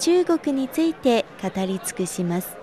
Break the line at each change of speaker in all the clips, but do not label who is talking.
中国について語り尽くします。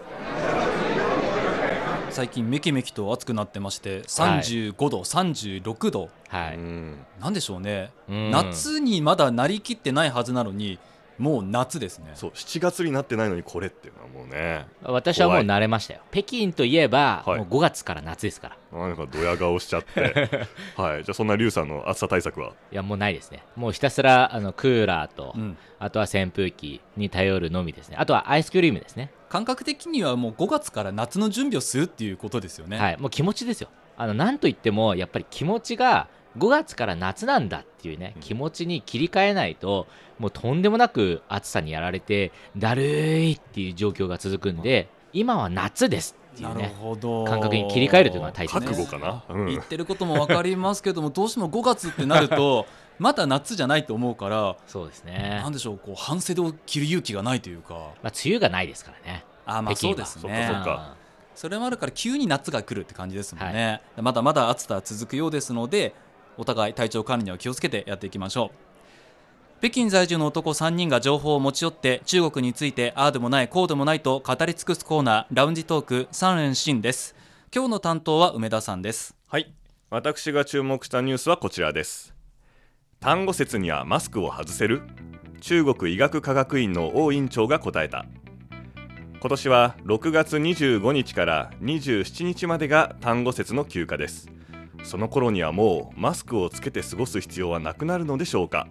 最近めきめきと暑くなってまして
はい
35度、36度
は
う
い、
ん
なんでしょうね、
うん
夏にまだなりきってないはずなのにもう夏ですね
そう7月になってないのにこれっていうのはもうね
私はもう慣れましたよ北京といえば、
はい
もう5月から夏ですから
なんかドヤ顔しちゃって はいじゃあそんなリュウさんの暑さ対策はい
やもうないですねもうひたすらあのクーラーと、
うん
あとは扇風機に頼るのみですねあとはアイスクリームですね
感覚的にはもう5月から夏の準備をするっていうことですよね、
はいもう気持ちですよあのなんといってもやっぱり気持ちが5月から夏なんだっていうね、
うん
気持ちに切り替えないともうとんでもなく暑さにやられてだるいっていう状況が続くんで今は夏ですってい
な
う
る
ね
ほど
感覚に切り替えるというのが大切
覚
です
悟かな、うん
言ってることも分かりますけどもどうしても5月ってなると まだ夏じゃないと思うから
そうですね
なんでしょうこう半袖を着る勇気がないというか
まあ、梅雨がないですからね
あーまあそ
北京
う
は
です
そっ
ね
かそっか
それもあるから急に夏が来るって感じですもんね、まだまだ暑さは続くようですのでお互い体調管理には気をつけてやっていきましょう北京在住の男3人が情報を持ち寄って中国についてああでもないこうでもないと語り尽くすコーナーラウンジトーク3連新です今日の担当は梅田さんです
はい私が注目したニュースはこちらです単語説にはマスクを外せる中国医学科学院の王院長が答えた今年は6月25日から27日までが単語説の休暇ですその頃にはもうマスクをつけて過ごす必要はなくなるのでしょうか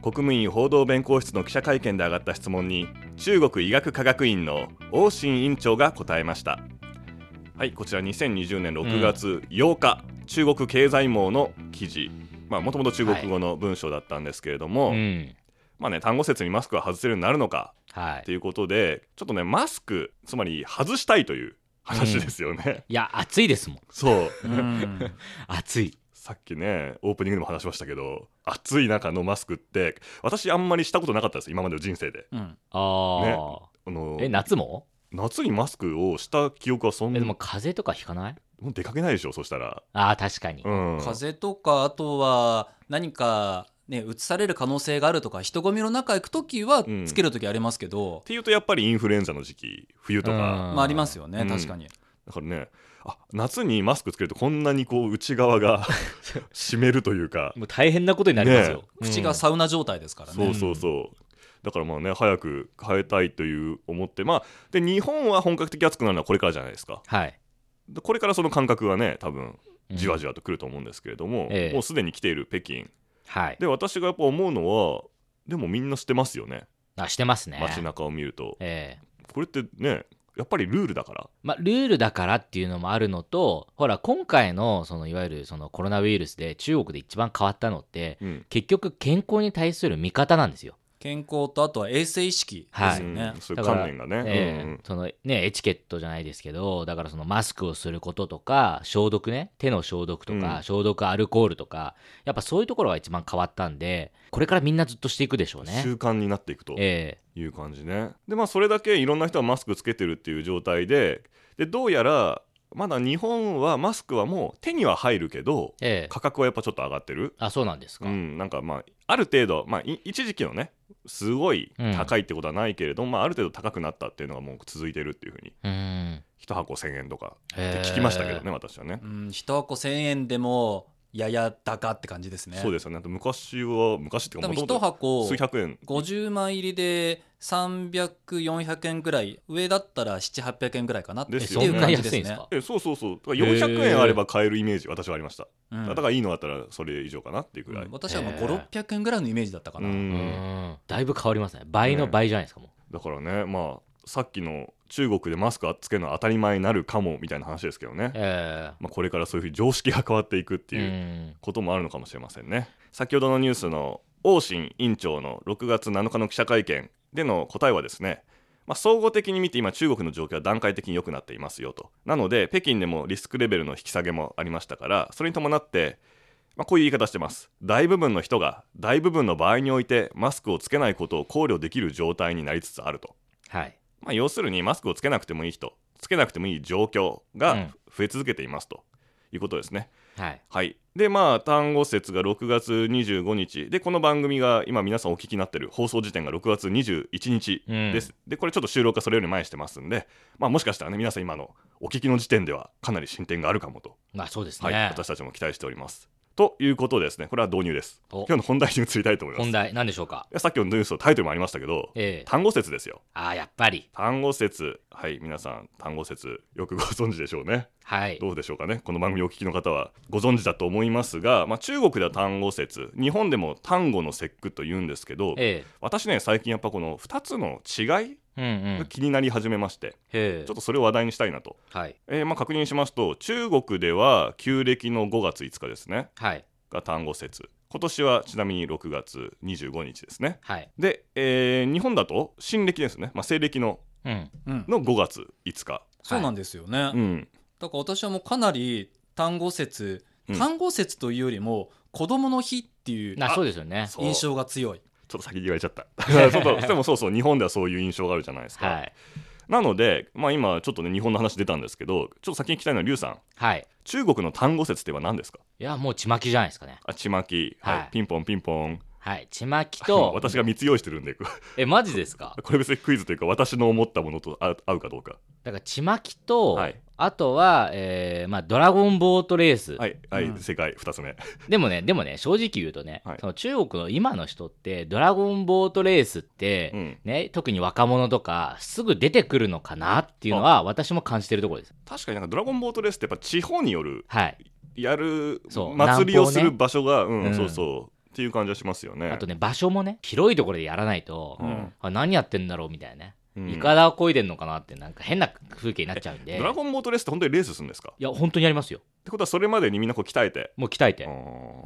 国務院報道弁公室の記者会見で上がった質問に中国医学科学院の王新院長が答えましたはいこちら2020年6月8日、中国経済網の記事まあもともと中国語の文章だったんですけれども、
うんうん
まあね単語説にマスクは外せるようになるのか
は
っ
い
ていうことでちょっとねマスクつまり外したいという話ですよね、
いや暑いですもん
そう
暑い
さっきねオープニングでも話しましたけど暑い中のマスクって私あんまりしたことなかったです今までの人生で
うん
あ
あの
あ、え夏も
夏にマスクをした記憶はそん
え
な
でも風邪とかひかない
もう出かけないでしょそしたら、
ああ確かに、
うん、
風邪とかあとは何かねうつされる可能性があるとか人混みの中行く時は
うん
つける時ありますけど
っ、ていうとやっぱりインフルエンザの時期冬とか、
うん
まあありますよね、
うん
確かに
だからねあ夏にマスクつけるとこんなにこう内側が 湿るというか
もう大変なことになりますよ、
ね
うん
口がサウナ状態ですからね、
そうそうそう。だからまあね早く変えたいという思ってまあで日本は本格的に暑くなるのはこれからじゃないですか
はい、
でこれからその感覚がね多分じわ
じ
じわと来ると思うんですけれども、
ええ
もうすでに来ている北京
はい
で私がやっぱ思うのはでもみんなしてますよね
あしてますね
街中を見ると
ええ
これってねやっぱりルールだから
まあ、ルールだからっていうのもあるのとほら今回のそのいわゆるそのコロナウイルスで中国で一番変わったのって
うん、
結局健康に対する見方なんですよ
健康とあとは衛生意識ですよね、
うんそういう
だから
観念がね、
ええ
うんうん
そのねエチケットじゃないですけどだからそのマスクをすることとか消毒ね手の消毒とか、
うん
消毒アルコールとかやっぱそういうところが一番変わったんでこれからみんなずっとしていくでしょうね
習。慣になっていくと
え
いう感じねでまあそれだけいろんな人がマスクつけてるっていう状態ででどうやらまだ日本はマスクはもう手には入るけど
えええ
価格はやっぱちょっと上がってる
あそうなんですか。
うんなんかまあある程度まあい一時期のねすごい高いってことはないけれども、まあ、ある程度高くなったっていうのがもう続いてるっていうふうに
うーん
1箱1000円とかって
ええ
聞きましたけどね、私はね
う、ん、1箱1000円でもやや高って感じですね
そうですよねあと昔は昔っていう
多
か
分
も
1箱
数百円
50枚入りで300400円ぐらい上だったら700800円ぐらいかなってい
で
う
す
え
よ
そ
ね
感
んな
じで
安
す
いんです
ね
か。
えそうそうそうだから400円あれば買えるイメージ私はありました、
うん
だからいいのあったらそれ以上かなっていうくらい、
私はもう
へ
5
ー
6 0 0円ぐらいのイメージだったか
う
な、
うんーんだいぶ変わりますね倍の倍じゃないですかもう。
だからねまあさっきの中国でマスクつけるのは当たり前になるかもみたいな話ですけどね、
え
まあ、これからそういうふうに常識が変わっていくって
え
いううんこともあるのかもしれませんね先ほどのニュースの王新委員長の6月7日の記者会見での答えはですねまあ、総合的に見て今中国の状況は段階的に良くなっていますよとなので北京でもリスクレベルの引き下げもありましたからそれに伴って、まあ、こういう言い方してます大部分の人が大部分の場合においてマスクをつけないことを考慮できる状態になりつつあると、
はい
まあ、要するにマスクをつけなくてもいい人つけなくてもいい状況
う
が
ん
増え続けていますということですね、
はい
はい、でまあ単語節が6月25日でこの番組が今皆さんお聞きになってる放送時点が6月21日です、でこれちょっと収録がそれより前にしてますんで、まあ、もしかしたらね皆さん今のお聞きの時点ではかなり進展があるかもと、
まあそうです
は
ね、
い、私たちも期待しておりますということでですねこれは導入です
お
今日の本題に移りたいと思います
本
い
題何でしょうか
やさっきのニュースのタイトルもありましたけど
ええ
単語節ですよ
ああやっぱり
単語節はい皆さん単語節よくご存知でしょうね
はい
どうでしょうかね、この番組をお聞きの方はご存知だと思いますが、まあ、中国では単語節、日本でも単語の節句と言うんですけど、
え
私ね、最近やっぱこの2つの違い
えうんう
が
ん
気になり始めまして、
へえ
ちょっとそれを話題にしたいなと。
はい
えーまあ確認しますと、中国では旧暦の5月5日ですね、
はい
が単語節。今年はちなみに6月25日ですね。
はい
で、えー日本だと新暦ですね、まあ、西暦の
うん
うん
の5月5日。
そうなんですよね、
うん、
だから私はもうかなり単語説、
うん
単語説というよりも子供の日っていう
なそうですよね
そう
印象が強い
ちょっと先に言われちゃ った。 そうそうでもそうそう、日本ではそういう印象があるじゃないですか。
はい
なので、まあ、今、ちょっとね、日本の話出たんですけど、ちょっと先に聞きたいのは、リュウさん、
はい
中国の単語説っては何ですか
いやもうちまきじゃないですかね
あちまき、はい
はい
ピンポンピンポン。
はいちまき と
私が3つ用意してるんで、 こ
えマジですか
れ別にクイズというか、私の思ったものと合う合うかどうか。
だからちまきと、
はい
あとは、えーまあ、ドラゴンボートレース、
はい、はい、
うん
正解、2つ目。
でもねでもね正直言うとね、
はい
その中国の今の人ってドラゴンボートレースって、
うん
ね、特に若者とかすぐ出てくるのかなっていうのは私も感じてるところです。
確かになんか、ドラゴンボートレースって、やっぱ地方による、
はい、
やる
そう
祭りをす
南
る
方ね
場所が、うん、
うん
そうそう、っていう感じはしますよね。
あとね場所もね広いところでやらないと、
うん
あ何やってんだろうみたいなね、
うん
いかだをこいでんのかなってなんか変な風景になっちゃうんで
ドラゴンボートレースって本当にレースするんですか
いや本当にやりますよ
ってことは、それまでにみんなこう鍛えて。
もう鍛えて、
う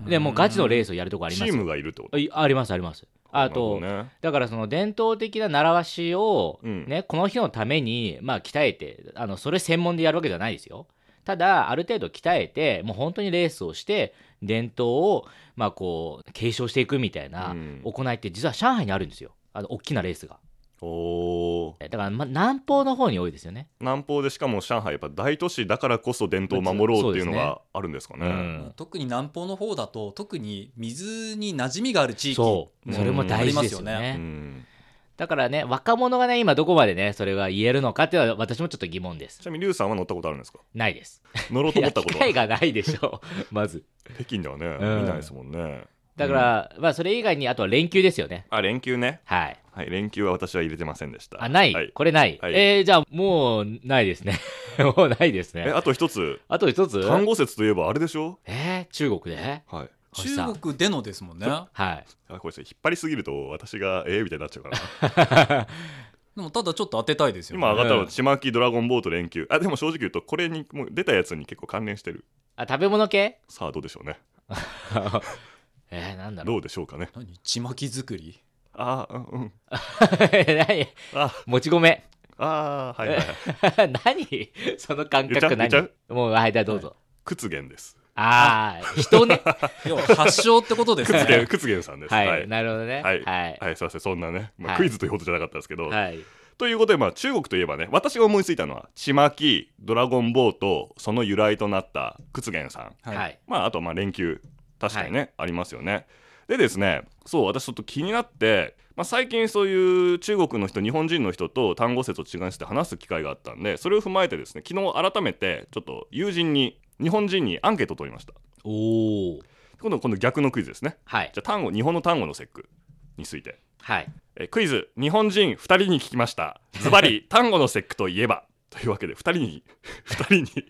ん
でもうガチのレースをやるとこあり
チ
ま
ー
すよ
ムがいるってこと
いありますありますあと、
なるほどね
だからその伝統的な習わしを、
うん
ねこの日のために、まあ、鍛えてあのそれ専門でやるわけじゃないですよただある程度鍛えてもう本当にレースをして伝統を、まあ、こう継承していくみたいな
うん
行いって実は上海にあるんですよあの大きなレースが
おー
だから、ま、南方の方に多いですよね、
南方でしかも上海やっぱ大都市だからこそ伝統を守ろうっていうのがあるんですか
う
ね。
ん、
特に南方の方だと特に水に馴染みがある地域
そう
うん
それも大事ですよね,、
ありま
うん
だからね若者がね今どこまでねそれが言えるのかっていうのは私もちょっと疑問です
ちなみにリュウさんは乗ったことあるん ですか
ないです
乗ろう
い
と思
や
ったこ
機
とは
会がないでしょう まず
北京ではね、
ん
見ないですもんね。
だから、まあそれ以外にあとは連休ですよね。
あ連休ね、
はい。
はい、連休は私は入れてませんでした。
あない、
はい
これない。
はい
えー、じゃあもうないですね。 もうないです
え
ね。
あと一つ
あと一つ
単語説といえばあれでしょ、
えー、中国で
はい、
星さん
中国でのですもんね
はい。
あこれ引っ張りすぎると私がええみたいにな っちゃうから
でもただちょっと当てたいですよね
今上がったのちまきドラゴンボート連休あでも正直言うとこれにもう出たやつに結構関連してる
あ、食べ 物系
さあどうでしょうね
えー、なんだろう。
どうでしょうかね
何ちまき作り
あーうんうん
何
あ
もち米。
あーはいはいはい
何その感覚
言っちゃう言っ
何もう、はい、じゃあどうぞ。
屈原です
ああ、人ね。
要は発祥ってこと です
屈原
ね
屈原さんです。
は、
はいい、はい
なるほどね。
は
はいい。はい。
すいませんそんなね、ま
は
あ、
い
クイズというほどじゃなかったですけど、
はい。
ということで、まあ、中国といえばね私が思いついたのはちまきドラゴンボートその由来となった屈原さん、
はい。
は
はいい。
まあ、あとまあ連休確かにね、ありますよね。でですねそう私ちょっと気になって、まあ、最近そういう中国の人日本人の人と単語説を違いして話す機会があったんでそれを踏まえてですね昨日改めてちょっと友人に日本人にアンケートを取りました
おお。
今度今度逆のクイズですね
はい
じ。ゃあ単語日本の単語の節句について
はい。
えークイズ日本人2人に聞きましたズバ リ単語の節句といえばというわけで2人に 2人に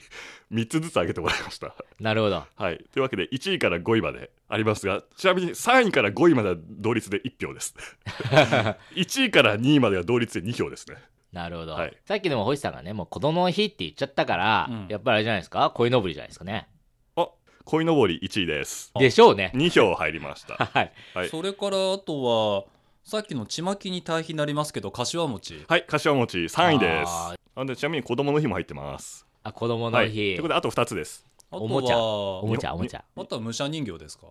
3つずつ挙げてもらいました
なるほど。
はいというわけで1位から5位までありますがちなみに3位から5位までは同率で1票です 1位から2位までは同率で2票ですね
なるほど、
はい
さっきでも星さんがね、もう子供の日って言っちゃったから、
うん
やっぱりあれじゃないですか、鯉のぼりじゃないですかね。
あ鯉のぼり1位です
でしょうね。
2票入りました
はい。
はい
それからあとはさっきのちまきに対比になりますけど柏餅
はい柏餅3位です
あ
なんでちなみに子供の日も入ってます
あ子供
は
の
いとい
日、
うことであと2つです
あとは
おもちゃ
お
おもちゃおもちゃ
あとは武者人形ですか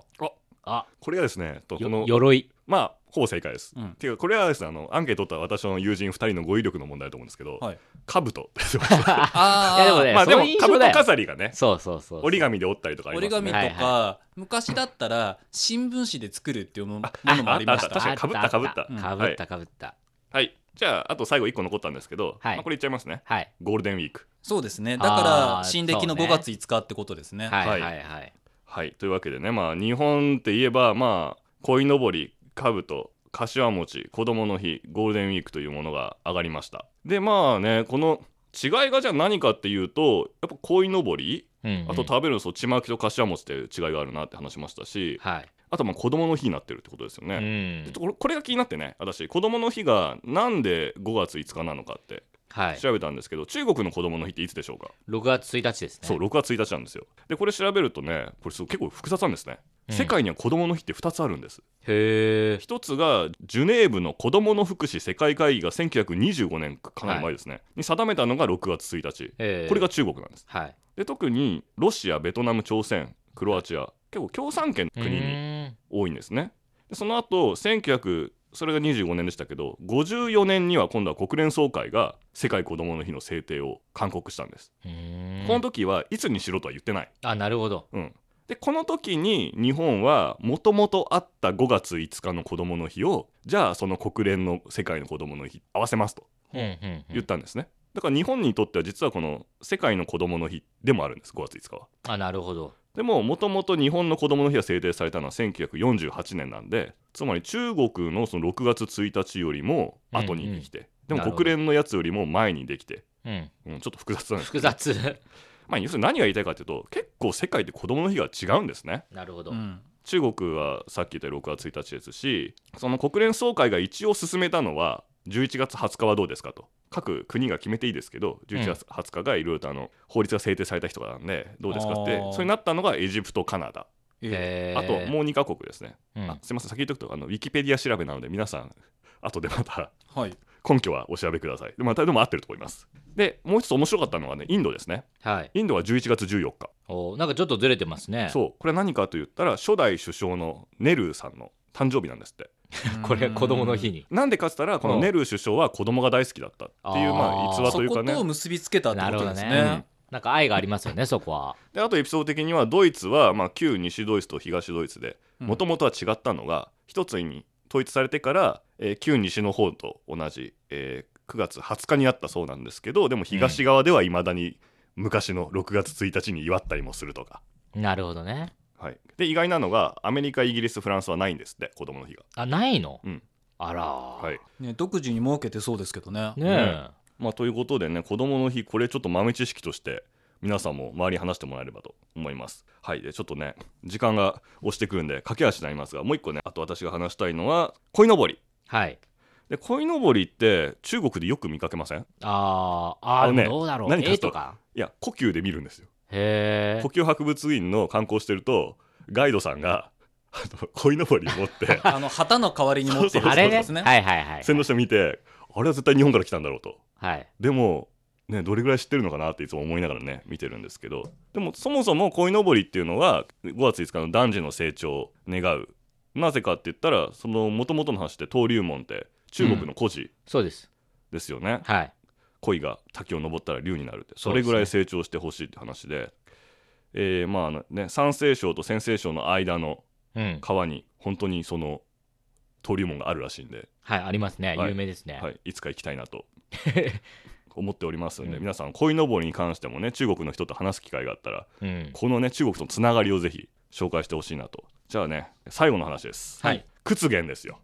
あ
これがですねとこ
よ
の
鎧
まあほぼ正解です、
うん
っていうかこれはですねあのアンケート取った私の友人2人の語彙力の問題だと思うんですけど、
はい
兜って言ってました
あ
いやで もね
まあで
そ
も
の印象
兜
だよ
飾りがね
そうそうそう
折り紙で折ったりとかあり
折
ま
り
すね
紙とか、
はい
昔だったら新聞紙で作るっていうもの
あ
ものもありました
あ確かに被った
あ
被った
あ
うん
被った被った
はいじゃああと最後1個残ったんですけど、
はい
まあ、これいっちゃいますね
はい
ゴールデンウィーク
そうですねだ
あ
から
ー
新暦の
そうね
5月5日ってことですね
はい
は
はいいはい
はいというわけでねまあ日本って言えばまあ鯉のぼり兜柏餅子供の日ゴールデンウィークというものが上がりましたでまあねこの違いがじゃあ何かっていうとやっぱ鯉のぼり
うんうん
あと食べるのそうちまきと柏餅っていう違いがあるなって話しましたし
はい
あとまあ子供の日になってるってことですよ
う
ね、
ん
でこれこれが気になってね私子供の日がなんで5月5日なのかって
はい
調べたんですけど、中国の子供の日っていつでしょうか
6月1日ですね
そう6月1日なんですよでこれ調べるとねこれそう結構複雑なんですね、
うん
世界には子どもの日って2つあるんです
へえ
一つがジュネーブの子どもの福祉世界会議が1925年かなり前ですね、に定めたのが6月1日これが中国なんです
はい
で特にロシアベトナム朝鮮クロアチア結構共産圏の国に
に
多いんですねでその後1900それが25年でしたけど54年には今度は国連総会が世界子どもの日の制定を勧告したんです、この時はいつにしろとは言ってない
あなるほど
うん、でこの時に日本はもともとあった5月5日の子どもの日をじゃあその国連の世界の子どもの日合わせますと
うんうんう
言っ
ん
たんですね、だから日本にとっては実はこの世界の子どもの日でもあるんです5月5日は
あなるほど
でももともと日本の子どもの日が制定されたのは1948年なんでつまり中国のその6月1日よりも後にできて、
うん
で
な
も
るほど
国連のやつよりも前にできて、
うん
うん、ちょっと複雑なん ですけど
複雑
まあ、要するに何が言いたいかというと結構世界で子どもの日が違うんですね
なるほど
うん
中国はさっき言ったように6月1日ですしその国連総会が一応進めたのは11月20日はどうですかと各国が決めていいですけど11月20日がいろいろとあの法律が制定された日とかなんでどうですかって
あー
それになったのがエジプトカナダ
え
へー
あともう2カ国ですね、
うん
あすいません先言っとくとあのウィキペディア調べなので皆さん 後でまた
えはい
根拠はお調べくださいでまたでも合ってると思いますでもう一つ面白かったのはねインドですね
はい
インドは11月14日
おなんかちょっとずれてますね
そうこれ何かと言ったら初代首相のネルーさんの誕生日なんですって
これ子供の日に
なんでかっつったらこの
うん
ネルー首相は子供が大好きだったっていう
あー
まあ逸
うん
話と
そ
いう
こ
かね
とを結びつけたって
なる
こ
ほ
と
ど
です
ね
ね
なんか愛がありますよねそこは
であとエピソード的にはドイツはまあ旧西ドイツと東ドイツで
うん
もともとは違ったのが一つに統一されてから、えー旧西の方と同じ、えー9月20日にあったそうなんですけどでも東側ではいまだに昔の6月1日に祝ったりもするとか、
なるほどね
はい、で意外なのがアメリカイギリスフランスはないんですって子供の日が。
あないの、
うん
あらー
はい
ね独自に設けてそうですけどね
ね
ね
え
まあ、ということでね子どもの日これちょっと豆知識として皆さんも周りに話してもらえればと思いますはいでちょっとね時間が押してくるんで駆け足になりますがもう一個ねあと私が話したいのは鯉のぼり
はい
で鯉のぼりって中国でよく見かけません
あー
あ
あ
の
ー、
ね
どうだろう
何かちょっ
絵
と
とか
いや故宮で見るんですよ
へ
故宮博物院の観光してるとガイドさんがあの鯉のぼり持って
あの旗の代わりに持って
そ
る
う
え
そう
あれね
ですね
はいはいはい
線路下見てあれは絶対日本から来たんだろうと
はい
でも、ね、どれぐらい知ってるのかなっていつも思いながらね見てるんですけどでもそもそも鯉のぼりっていうのは5月5日の男児の成長を願うなぜかって言ったらその元々の話って登竜門って中国の孤児
そうです
ですよね、
はい
鯉が滝を登ったら竜になるって
そ
そう
で
れ
すね
ぐらい成長してほしいって話で。えーまああのね、三聖省と先聖省の間の
うん
川に本当にその登竜門があるらしいんで、
はいありますね
はい
有名ですね
はい、いつか行きたいな と思っておりますんで、皆さん鯉のぼりに関してもね中国の人と話す機会があったら
うん
このね中国とのつながりをぜひ紹介してほしいなとじゃあね最後の話です、
はい
屈原ですよ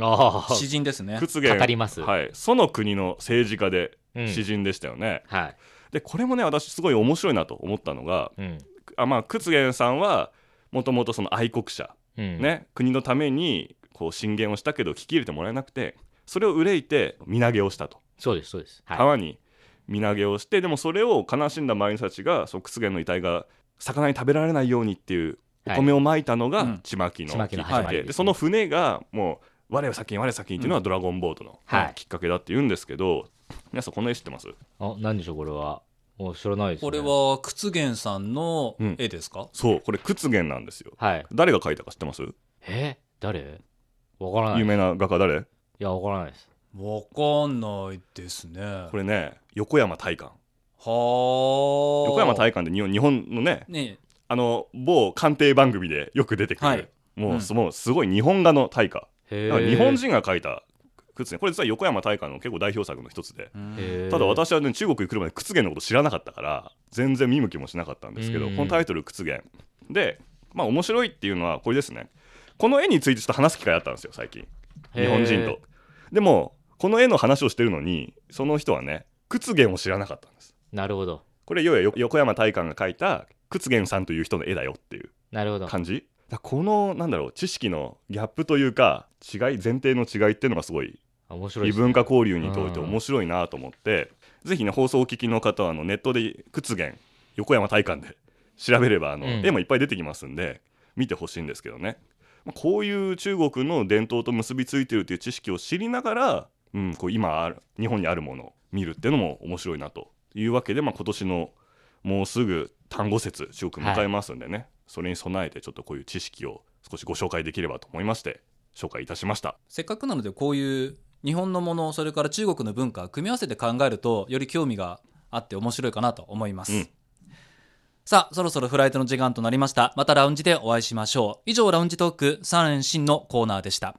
ああ
詩人ですね
屈原
語ります
はい、その国の政治家で
うん
詩人でしたよね、
はい
でこれもね私すごい面白いなと思ったのが
うん
あ、まあ、屈原さんはもともとその愛国者
うん
ね、国のためにこう進言をしたけど聞き入れてもらえなくてそれを憂いて身投げをしたと、
そうですそうですはい
川に身投げをしてでもそれを悲しんだマリンたちがその屈原の遺体が魚に食べられないようにっていうお
はい
米をまいたの
う
が
ん
ちまきの
ちまきの
きっか
始ま
け
り
で
ですね
その船がもう我は先に我は先にっていうのはドラゴンボートの、
はい
きっかけだって言うんですけど皆さんこの絵知ってます
あ何でしょうこれはもう知らないです、ね、
これは屈原さんの
うん
絵ですか、
そうこれ屈原なんですよ
はい
誰が描いたか知ってます、
え誰わからない
有
い
名な画家誰
やわからないです
わかんないですね
これね横山大観
はあ
横山大観って日本日本のね
ね
あの某鑑定番組でよく出てくる、
はい
も
う
うんすもうすごい日本画の大家、
へ
だから
え
日本人が描いた靴ねこれ実は横山大観の結構代表作の一つで
うん
へー
ただ私はね中国に来るまで屈原のこと知らなかったから全然見向きもしなかったんですけど
う
こ
ん
のタイトル「屈原」でまあ面白いっていうのはこれですねこの絵についてちょっと話す機会あったんですよ最近
へー
日本人とでもこの絵の話をしてるのにその人はね屈原を知らなかったんです
なるほど
これ要はよ横山大観が描いた屈原さんという人の絵だよっていう
なるほど
感じだこのなんだろう知識のギャップというか違い前提の違いっていうのがすごい
あ面白
異
いです
文化交流にといて
うん
面白いなと思って、ぜひね放送をお聞きの方はあのネットで屈原横山大観で調べればあの、
うん
絵もいっぱい出てきますんで見てほしいんですけどね、まあ、こういう中国の伝統と結びついてるという知識を知りながら、うん、こう今ある日本にあるものを見るっていうのも面白いなというわけで、まあ、今年のもうすぐ単語節中国迎えますんでね、それに備えてちょっとこういう知識を少しご紹介できればと思いまして紹介いたしました。
せっかくなのでこういう日本のものそれから中国の文化組み合わせて考えるとより興味があって面白いかなと思います、
うん
さあそろそろフライトの時間となりましたまたラウンジでお会いしましょう以上ラウンジトーク3連新のコーナーでした